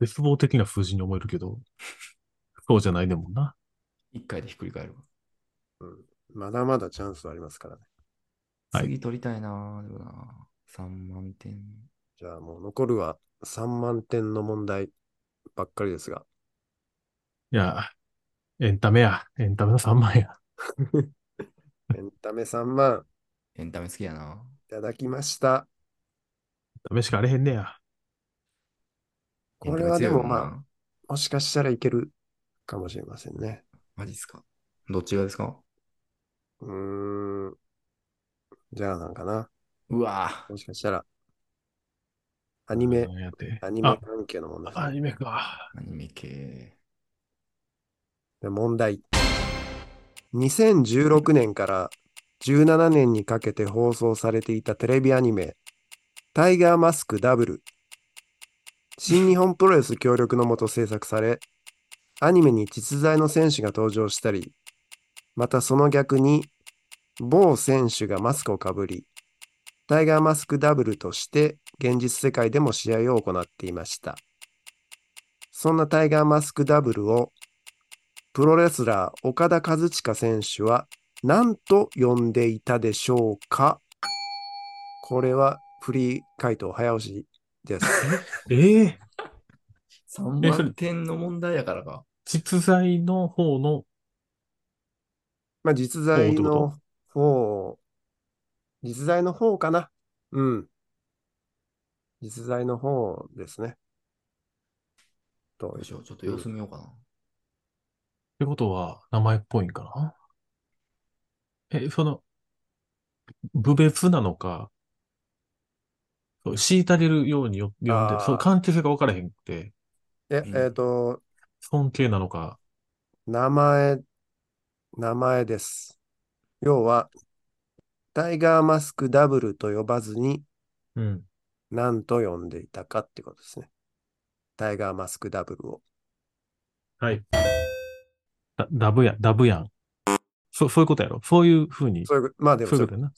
絶望的な数字に思えるけど、そうじゃないねんもんな。
1回でひっくり返るわ。
まだまだチャンスはありますからね。
はい
次取りたいな、でもな。3万点。
じゃあもう残るは3万点の問題ばっかりですが。
いや、エンタメや。エンタメの3万や。
エンタメ3万
エンタメ好きやな。
いただきました。
ダメしかあれへんねや。
これはでもまあ
エンタメ強いんな
もしかしたらいけるかもしれませんね。
マジっすか。どっちがですか
うーん。じゃあなんかな。
うわ
もしかしたら。アニメ、
何やって
アニメ関係の問題
あ、アニメか。
ぁ、アニメ系。
で問題。2016年から17年にかけて放送されていたテレビアニメ、タイガーマスクダブル。新日本プロレス協力のもと制作され、アニメに実在の選手が登場したり、またその逆に、某選手がマスクをかぶり、タイガーマスクダブルとして現実世界でも試合を行っていました。そんなタイガーマスクダブルをプロレスラー岡田和親選手は何と呼んでいたでしょうかこれはフリー回答早押しです。
ええ
3万点の問題やからか。
実在の方の、
まあ実在
おうっ
の方、実在の方かなうん。実在の方ですね。と
よいしょ、ちょっと様子見ようかな。
ってことは名前っぽいんかなえ、その、部別なのか、そう虐げるようによ呼ん
あ
で、
ー
そう関係性が分からへんくて、
え、
うん
えっと、
尊敬なのか、
名前、名前です。要は、タイガーマスクダブルと呼ばずに、
うん。
何と呼んでいたかってことですね。タイガーマスクダブルを。
はい。だダブや、ダブやん。そ、そういうことやろそういうふうに、そ
そういうこと、まあ
うい
で
う
もそうい
こ
う
と
こ
やな。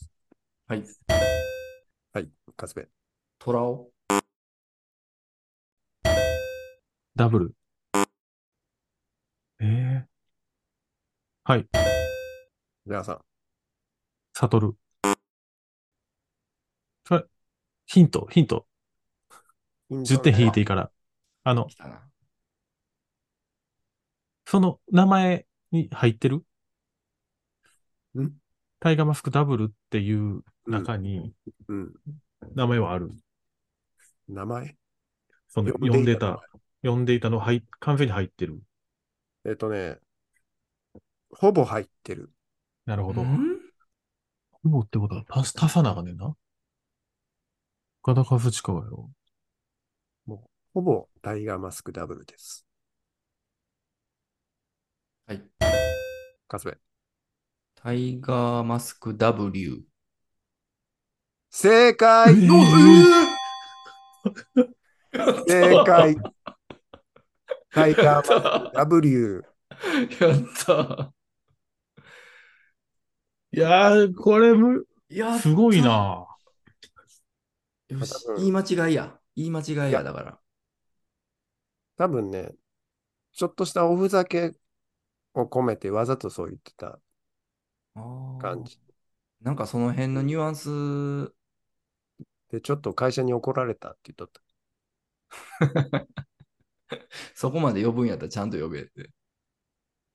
はい。
と、はい、カズベ。
トラオ
ダブル。ええはい、
ジャガーさん。
サトル。それ、ヒント、ヒント。10点引いていいから。あの
来、たな。
その名前に入ってる
ん
タイガーマスクダブルっていう
うん
中に
うん。
名前はある。
名前
その
呼んでいた
呼んでた、呼んでいたの入、完全に入ってる。
えっとね、ほぼ入ってる。
なるほど。
ん
ほぼってことは、パスタサナがねえな。岡田和親がやろ。
ほぼタイガーマスクダブルです。
はい。
カズベ。
タイガーマスク W。
正解
え
正 解タイガーマスク W。
やった
いやー、これむ、
やった
すごいな
よし
多分
言い間違いや。言い間違いや、だから。
多分ね、ちょっとしたおふざけを込めてわざとそう言ってた感じ。
なんかその辺のニュアンス、
で、ちょっと会社に怒られたって言っとった。
そこまで呼ぶんやったらちゃんと呼べって。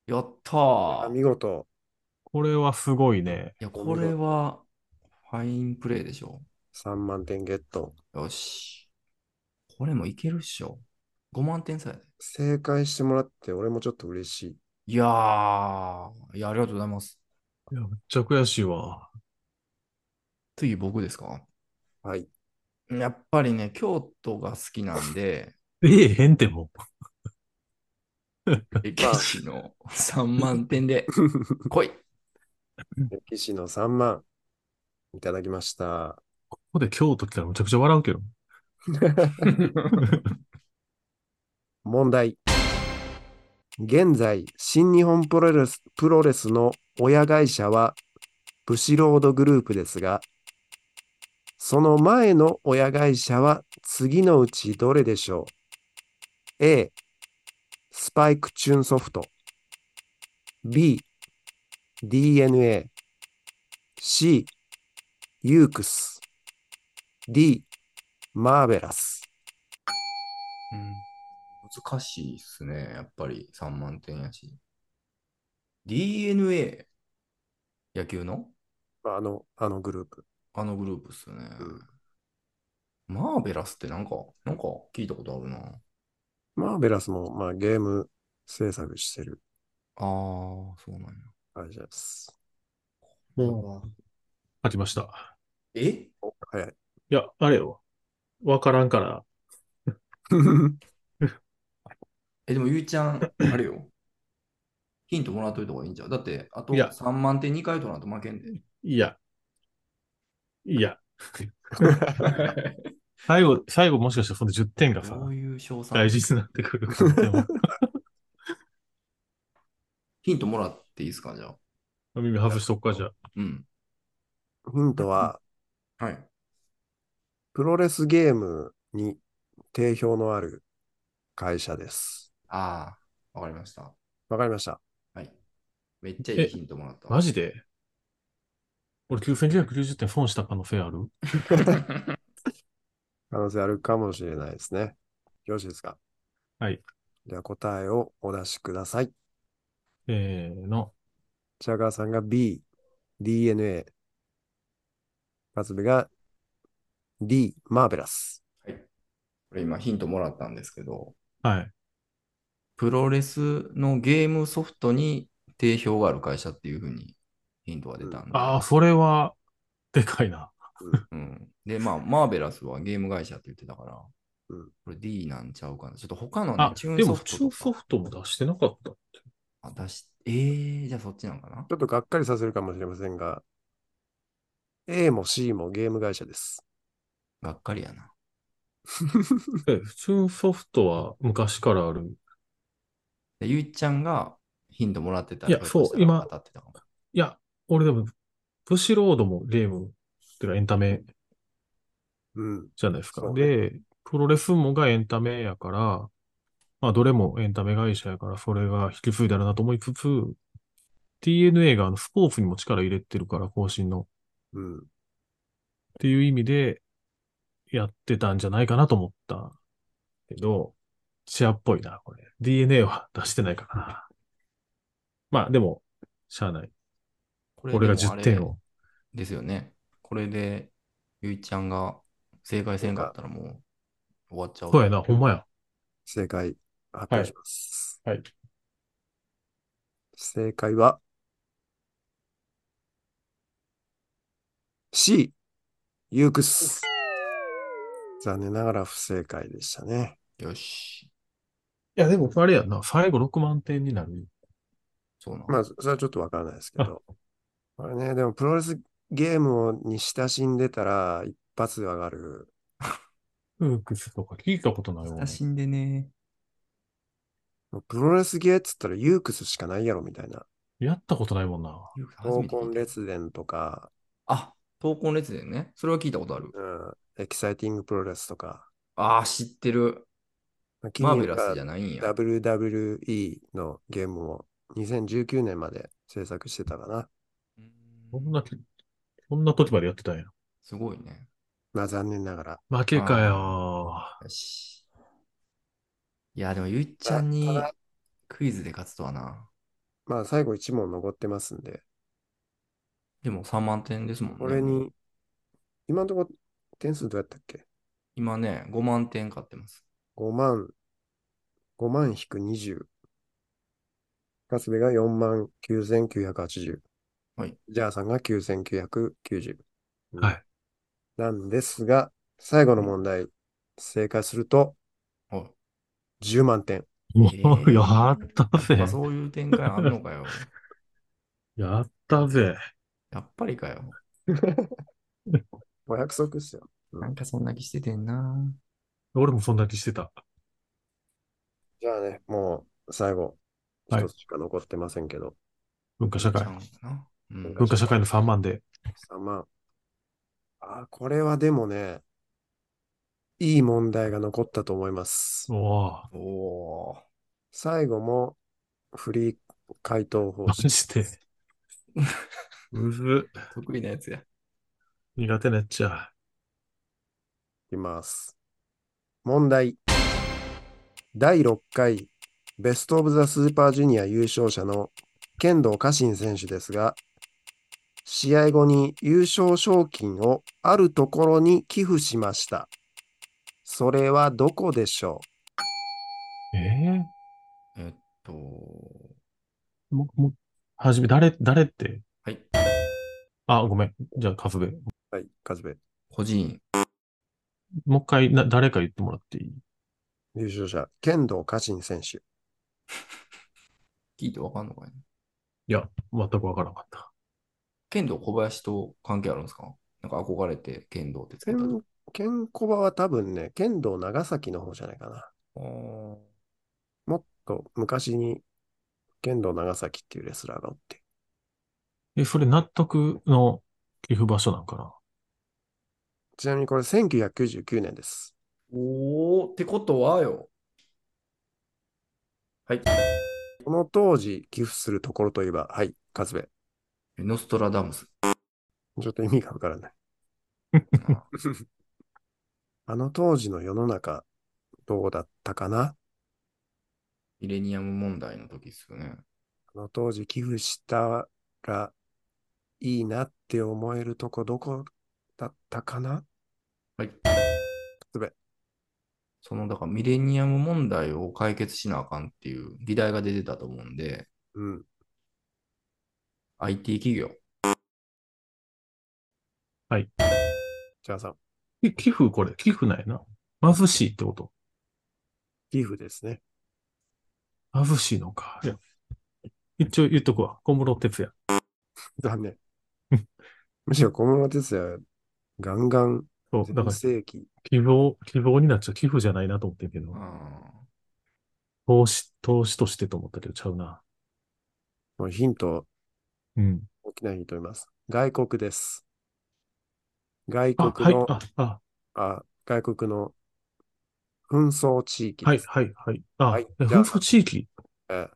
やったー
見事。
これはすごいね。
いや、これは、ファインプレーでしょ。
3万点ゲット。
よし。これもいけるっしょ。5万点差やで。
正解してもらって、俺もちょっと嬉しい。
いやー、いや、ありがとうございます。
いや、めっちゃ悔しいわ。
次僕ですか
はい。
やっぱりね、京都が好きなん で、
ええ、へんても
歴史の3万点 で来い。
歴史の3万、いただきました。
ここで京都来たらむちゃくちゃ笑うけど。
問題。現在、新日本プロレスプロレスの親会社は、ブシロードグループですが、その前の親会社は次のうちどれでしょう ?A、スパイクチューンソフト。B、DNA。C、ユークス。D、マーベラス。
うん難しいっすね、やっぱり3万点やし。DNA、野球の
あの、あのグループ。
あのグループっすよね。
うん
マーベラスってなんか、なんか聞いたことあるな。
マーベラスも、まあ、ゲーム制作してる
ああ、そうなんや。
会社です。
もう、書きました。
え
お早い。
いや、あれよ。わからんから。
え、でもゆうちゃん、あれよ。ヒントもらっといた方がいいんじゃうだって、あと
いや
3万点2回取らんと負けんで。
いや。いや。最後、最後もしかしたらその10点が さ
ど、ういう賞賛
大事になってくるかもでも。
ヒントもらっていいですかじゃあ。
耳外しとくか、じゃあ。
うん。
ヒントは、
はい。
プロレスゲームに定評のある会社です。
ああ、わかりました。
わかりました。
はい。めっちゃい
え
いヒントもらったわ。
マジで俺9990点損した可能性ある
可能性あるかもしれないですね。よろしいですか
はい。
では答えをお出しください。
えーの。
チャガーさんが B、DNA。勝部が D、マーベラス。
これ今ヒントもらったんですけど、
はい。
プロレスのゲームソフトに定評がある会社っていうふうにヒントが出たんで。
ああ、それは、でかいな。
うん。で、まあ、マーベラスはゲーム会社って言ってたから、
うん
これ D なんちゃうかな。ちょっと他のね
あ、、
チュー
で
ンソ
も、
フ
中
ト
ソ
とか
フトも出してなかった。
あ出し、えー、じゃあそっちなんかな
ちょっとがっかりさせるかもしれませんが、A も C もゲーム会社です。
がっかりやな。
え、普通ソフトは昔からある。
でゆいちゃんがヒントもらってた
い
ら、
や
ひょっとしたら
そう今
当たってたかも。
いや、俺でも、プシロードもゲーム、てかエンタメ
うん。
じゃないです
そ
か。
うね
で、プロレスもがエンタメやから、まあ、どれもエンタメ会社やから、それが引き継いだらなと思いつつ、DNA があのスポーツにも力入れてるから、更新の。っ
うん。
ていう意味で、やってたんじゃないかなと思ったけど、シェアっぽいな、これ。DNA は出してないからな。 まあ、でも、しゃあない。
こ
俺が
でもあれ
10点を。
ですよね。これで、ゆいちゃんが正解せんかったらもう終わっちゃう。
そうやな、ほんまや。
正解発表します。
はいはい
正解は C、ユークス。残念ながら不正解でしたね。
よし。
いや、でも、あれやな、最後6万点になる。
そうなん、
まあ、それはちょっとわからないですけど。これね、でもプロレスゲームをに親しんでたら一発で上がる。
うん、クスとか聞いたことないわ。
親しんでね。
もうプロレスゲーっつったらユークスしかないやろみたいな。
やったことないもんな。
ゆうきさん初
闘
めて聞いた
魂列伝とか、
あ、闘魂列伝ね。それは聞いたことある。
うん、エキサイティングプロレスとか。
ああ、知ってる。マーベラスじゃないんや。
WWE のゲームを2019年まで制作してたかな。
こんな、こんな時までやってたんや。
すごいね。
まあ残念ながら。
負けかよ。
よし。いや、でもゆいちゃんに
ただ
クイズで勝つとはな。
まあ最後1問残ってますんで、
でも3万点ですもんね。
これに今のところ点数どうやったっけ
今ね、5万点買ってます。
?5 万、5万引く20。カスベが4万9980。
はい。
ジャーさんが9990。
はい。
なんですが、最後の問題、正解すると
は
10万点。
お
えー
やった
い。
ぜ
まあ、。そういう展開あるのか よ。
やったぜ。
やっぱりかよ。
お約束っすよ。
なんかそんな気しててんな。
俺もそんな気してた。
じゃあね、もう最後、
はい
一つしか残ってませんけど、
文化社会
ちゃ。うんかな。うん。
文化社会の3万で。
3万。あー、これはでもね、いい問題が残ったと思います。
おぉ。
おお
最後もフリー回答方
マ
式。
ジで。むずっ。
ー、得意なやつや。
苦手なやっちゃ
いきます。問題。第6回ベスト・オブ・ザ・スーパージュニア優勝者の剣道家臣選手ですが、試合後に優勝賞金をあるところに寄付しました。それはどこでしょ
う。え
えっと、
ぇ、も、も、はじめ、誰、誰って。
はい。
あ、ごめん。じゃあ、カズベ。
うはい、カズベ。
個人。
もう一回、な、誰か言ってもらっていい
優勝者、剣道家臣選手。
聞いてわかんのかいな。
いや、全くわからなかった。
剣道小林と関係あるんですかなんか憧れて剣道ってつけたと
剣、剣小葉は多分ね、剣道長崎の方じゃないかな。
あー
もっと昔に剣道長崎っていうレスラーがおって。
え、それ納得の寄付場所なんかな
ちなみにこれ1999年です。
おー、ってことはよ。はい。
この当時寄付するところといえば、はい、カズベ。
ノストラダムス。
ちょっと意味がわ からない。
あ
あの当時の世の中、どうだったかな
ミレニアム問題の時ですよね。
あの当時寄付したらいいなって思えるとこどこだったかな
はい。
ズベ
その、だからミレニアム問題を解決しなあかんっていう議題が出てたと思うんで、
うん。
IT 企業。
じゃあさん、
え、寄付これ、寄付なんやな。貧しいってこと
寄付ですね。
貧しいのか。いや一応言っとくわ。小室哲也。
残 念。むしろ小室哲也、ガンガン
そう、だか
全
ら、
盛期。
希望、希望になっちゃう。寄付じゃないなと思ってんけど
あ。ー
投資、投資としてと思ったけどちゃうな。
もうヒント、
うん。
大きなヒントいます。外国です。外
あ、
国
はい
の、、
あ、あ、
あ、外国の紛争地域
は
で
い、
す。
はい、はい。あ、
はい
え
じゃあ
紛争地域
え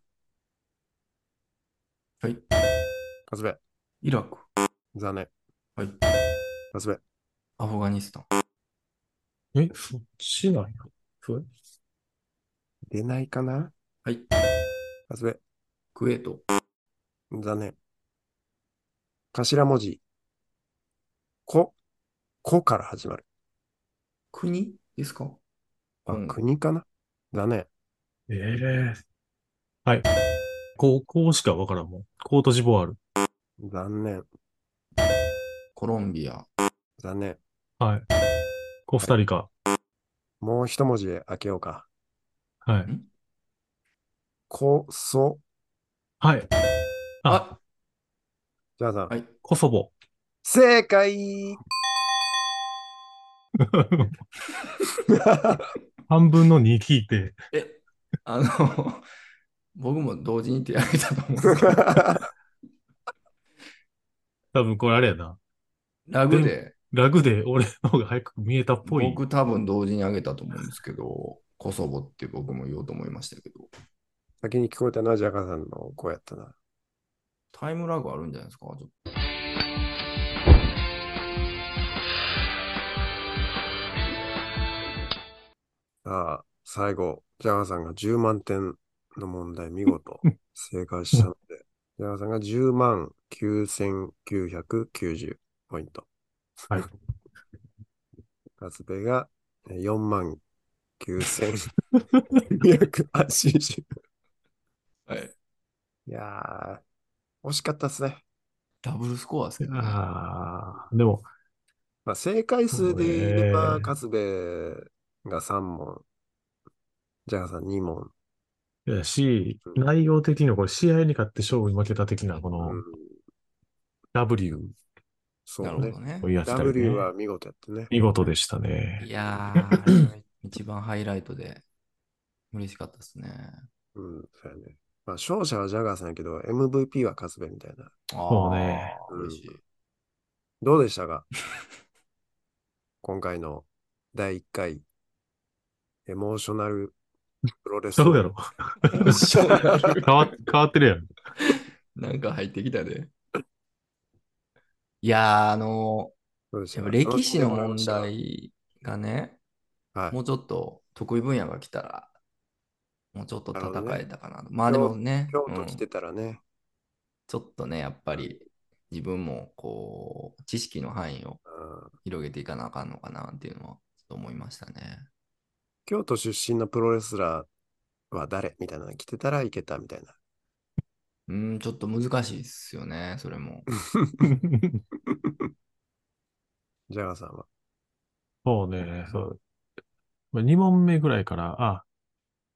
はい。
カズベ、
イラク。
残念。
はい。
カズベ、
アフガニスタン。
え、そっちなんや。そう
出ないかな
はい。
カズベ、
クウェート。
残念。頭文字、こ、こから始まる。
国ですか
あ、
うん
国かな残念。
ええはい。高校しかわからんもん。コートジボワール。
残念。
コロンビア。
残念。
はい。コスタリカ。
もう一文字で開けようか。
はい。
こ、そ、
はい。あ
あ、
じゃあさん。
はい。
コソボ。
正 解
半分の2聞いて。
え、あの、 僕も同時に手挙げたと思うんですけ ど、
多分これあれやな。
ラグで、
ラグで俺の方が早く見えたっぽい。
僕多分同時に挙げたと思うんですけど、コソボって僕も言おうと思いましたけど、
先に聞こえたな、ジャカさんの声やったな。
タイムラグあるんじゃないですかちょっと
さあ、最後、ジャガーさんが10万点の問題、見 事正解したので、ジャガーさんが10万9990ポイント。
はい。
カズベが4万9280。
はい。
いやー、惜しかったですね。
ダブルスコアですけどね。
ああ、でも、
まあ、正解数で言え
そう
ば、
ね
カズベが3問、ジャガーさん2問。
やし、
うん
内容的にはこれ試合に勝って勝負に負けた的な、こ
うん
の W
そう
なるほ
ね
ど。ね
を。やってたり
W
ね。
は見事やったね。
見事でした
い
ね。
やー、あれ が一番ハイライトで嬉しかったですね。
うん、そうやね。まあ、勝者はジャガーさんやけど、MVP はカズベみたいな。
あ
そうね
ー嬉 しい。
どうでしたか今回の第1回、エモーショナルプロレス。
そうやろ。変わ変わって るやん。
なんか入ってきたで。いやー、あの
どうでし
や
た
っ
か
ぱ歴史の問。題がね、
はい
もうちょっと得意分野が来たら、もうちょっと戦えたかな。まあ
京
でもね、
京都来
う
て
ん
たらね、
ちょっとね、やっぱり自分もこう、知識の範囲を
うん
広げていかなあかんのかなっていうのは、ちょっと思いましたね。
京都出身のプロレスラーは誰みたいなの来てたらいけたみたいな。
うん、ちょっと難しいっすよね、それも。
ジャガーさんは。
そうね、そう。まあ、2問目ぐらいから、あ、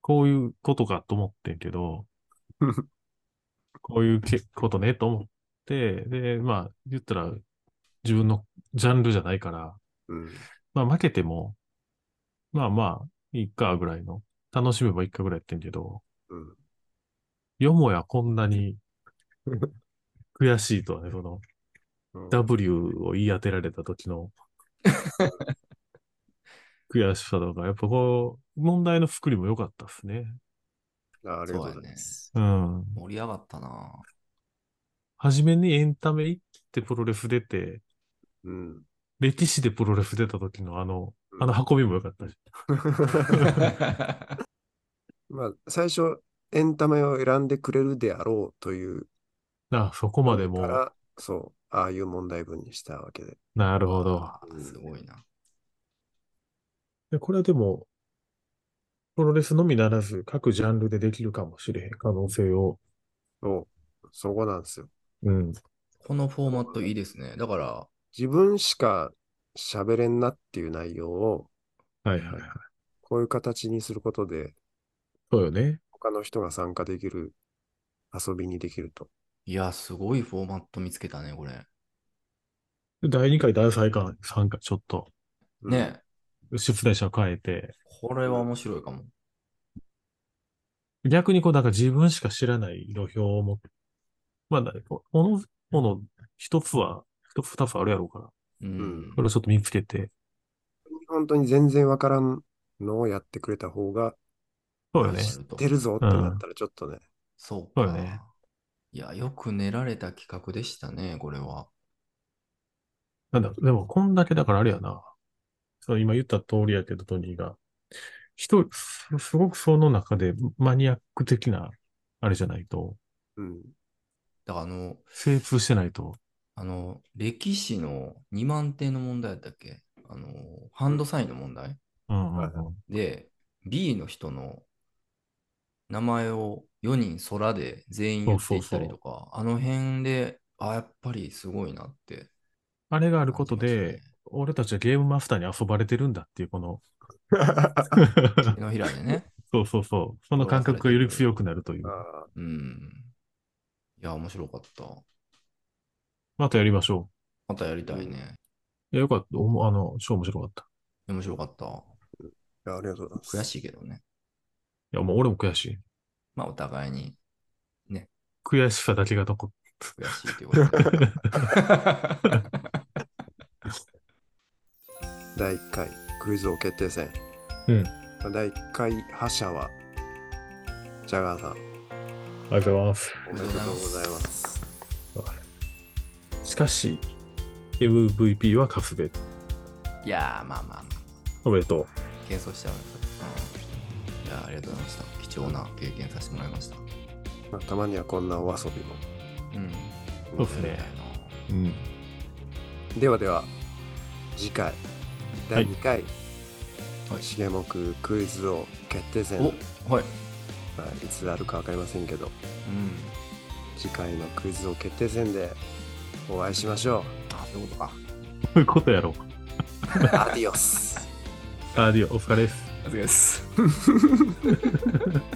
こういうことかと思ってんけ ど、こういうけことねと思って、で、まあ、言ったら、自分のジャンルじゃないから、
うん。
まあ、負けても、まあまあ、いいかぐらいの、楽しめばいいかぐらいやってんけど、
うん。
よもやこんな に悔しいとはね、その、
うん、
W を言い当てられた時の悔しさとか、やっぱこう、問題の作りも良かったですね。
あありがとうござい
そうや
ま
ね
す。
うん。
盛り上がったな
初めにエンタメ行ってプロレス出て、
うん。
歴史でプロレス出た時のあの、
うん
あの運びも良かったし。
まあ、最初、エンタメを選んでくれるであろうという
あ、そこまで
か
も、
ら、そう、ああいう問題文にしたわけで。
なるほど。
あーすごいな。
でこれはでも、プロレスのみならず、各ジャンルでできるかもしれへん可能性を、
そう、そこなんですよ。
うん。
このフォーマットいいですね。だから、
自分しか喋れんなっていう内容を、
はいはいはい。
こういう形にすることで、
そうよね。
他の人が参加できる遊びにできると。
いや、すごいフォーマット見つけたね、これ。
で第2回、第3回、3回、ちょっと、
うん
ねえ、
出題者を変えて、
これは面白いかも。
逆にこう、なんか自分しか知らない土俵を持って、まあ、なここのもの一つは、一つ二つあるやろうから、
う
うん
ん
そ。れをちょっと見つけて、
本当に全然わからんのをやってくれた方が、
そうよね。
知って
出
る
るぞってなったらちょっとね、
そう
そう
か。
よね
いや、よく練られた企画でしたね、これは。
なんだ、でもこんだけだからあれやな。そう今言った通りやけど、トニーが。人、すすごくその中でマニアック的な、あれじゃないと、
うん。
だから、あの、
精通してないと。
あの、歴史の2万点の問題だったっけあの、ハンドサインの問題
うんうんう
は
ん
いは
で、B の人の名前を4人空で全員言っていったりとか、あの辺で、あ、やっぱりすごいなって
あれがあ
あ
ることで、、俺たちはゲームマスターに遊ばれてるんだっていう、こ の、
手のひらでね。
そうそうそう。その感覚がより強くなるという。
あ
うん。いや、面白かった。
またやりましょ
またやりたいね。
う。いや、よかった。おもあの、超面白かった。
面白かった。
ーいやありがとうございます。
悔しいけどね。
いや、もう俺も悔しい。
まあ、お互いに
悔しさだけが残っ
悔しいという ことで。
第1回クイズ王決定戦。
うん
まあ。第1回覇者は、ジャガーさん、
ありがとうございます。
おめでとうございます。
しかし、MVP はカスベ。
いやー、まあまあまあ、
おめでとう。
謙遜しちゃうねうん。いやー、ありがとうございました。貴重な経験させてもらいました。
まあ、たまにはこんなお遊びも。
うん。
そうっすね
やりたいな
うん。
ではでは、次回、第2回、
はい
重目クイズ王決定戦、
おはい。
まあ、いつあるか分かりませんけど、
うん。
次回のクイズ王決定戦でお会いしましょ
あ、そういうことか。
ういうことやろ
う。アディオス。
う。アディオ、お疲れです。
お疲れです。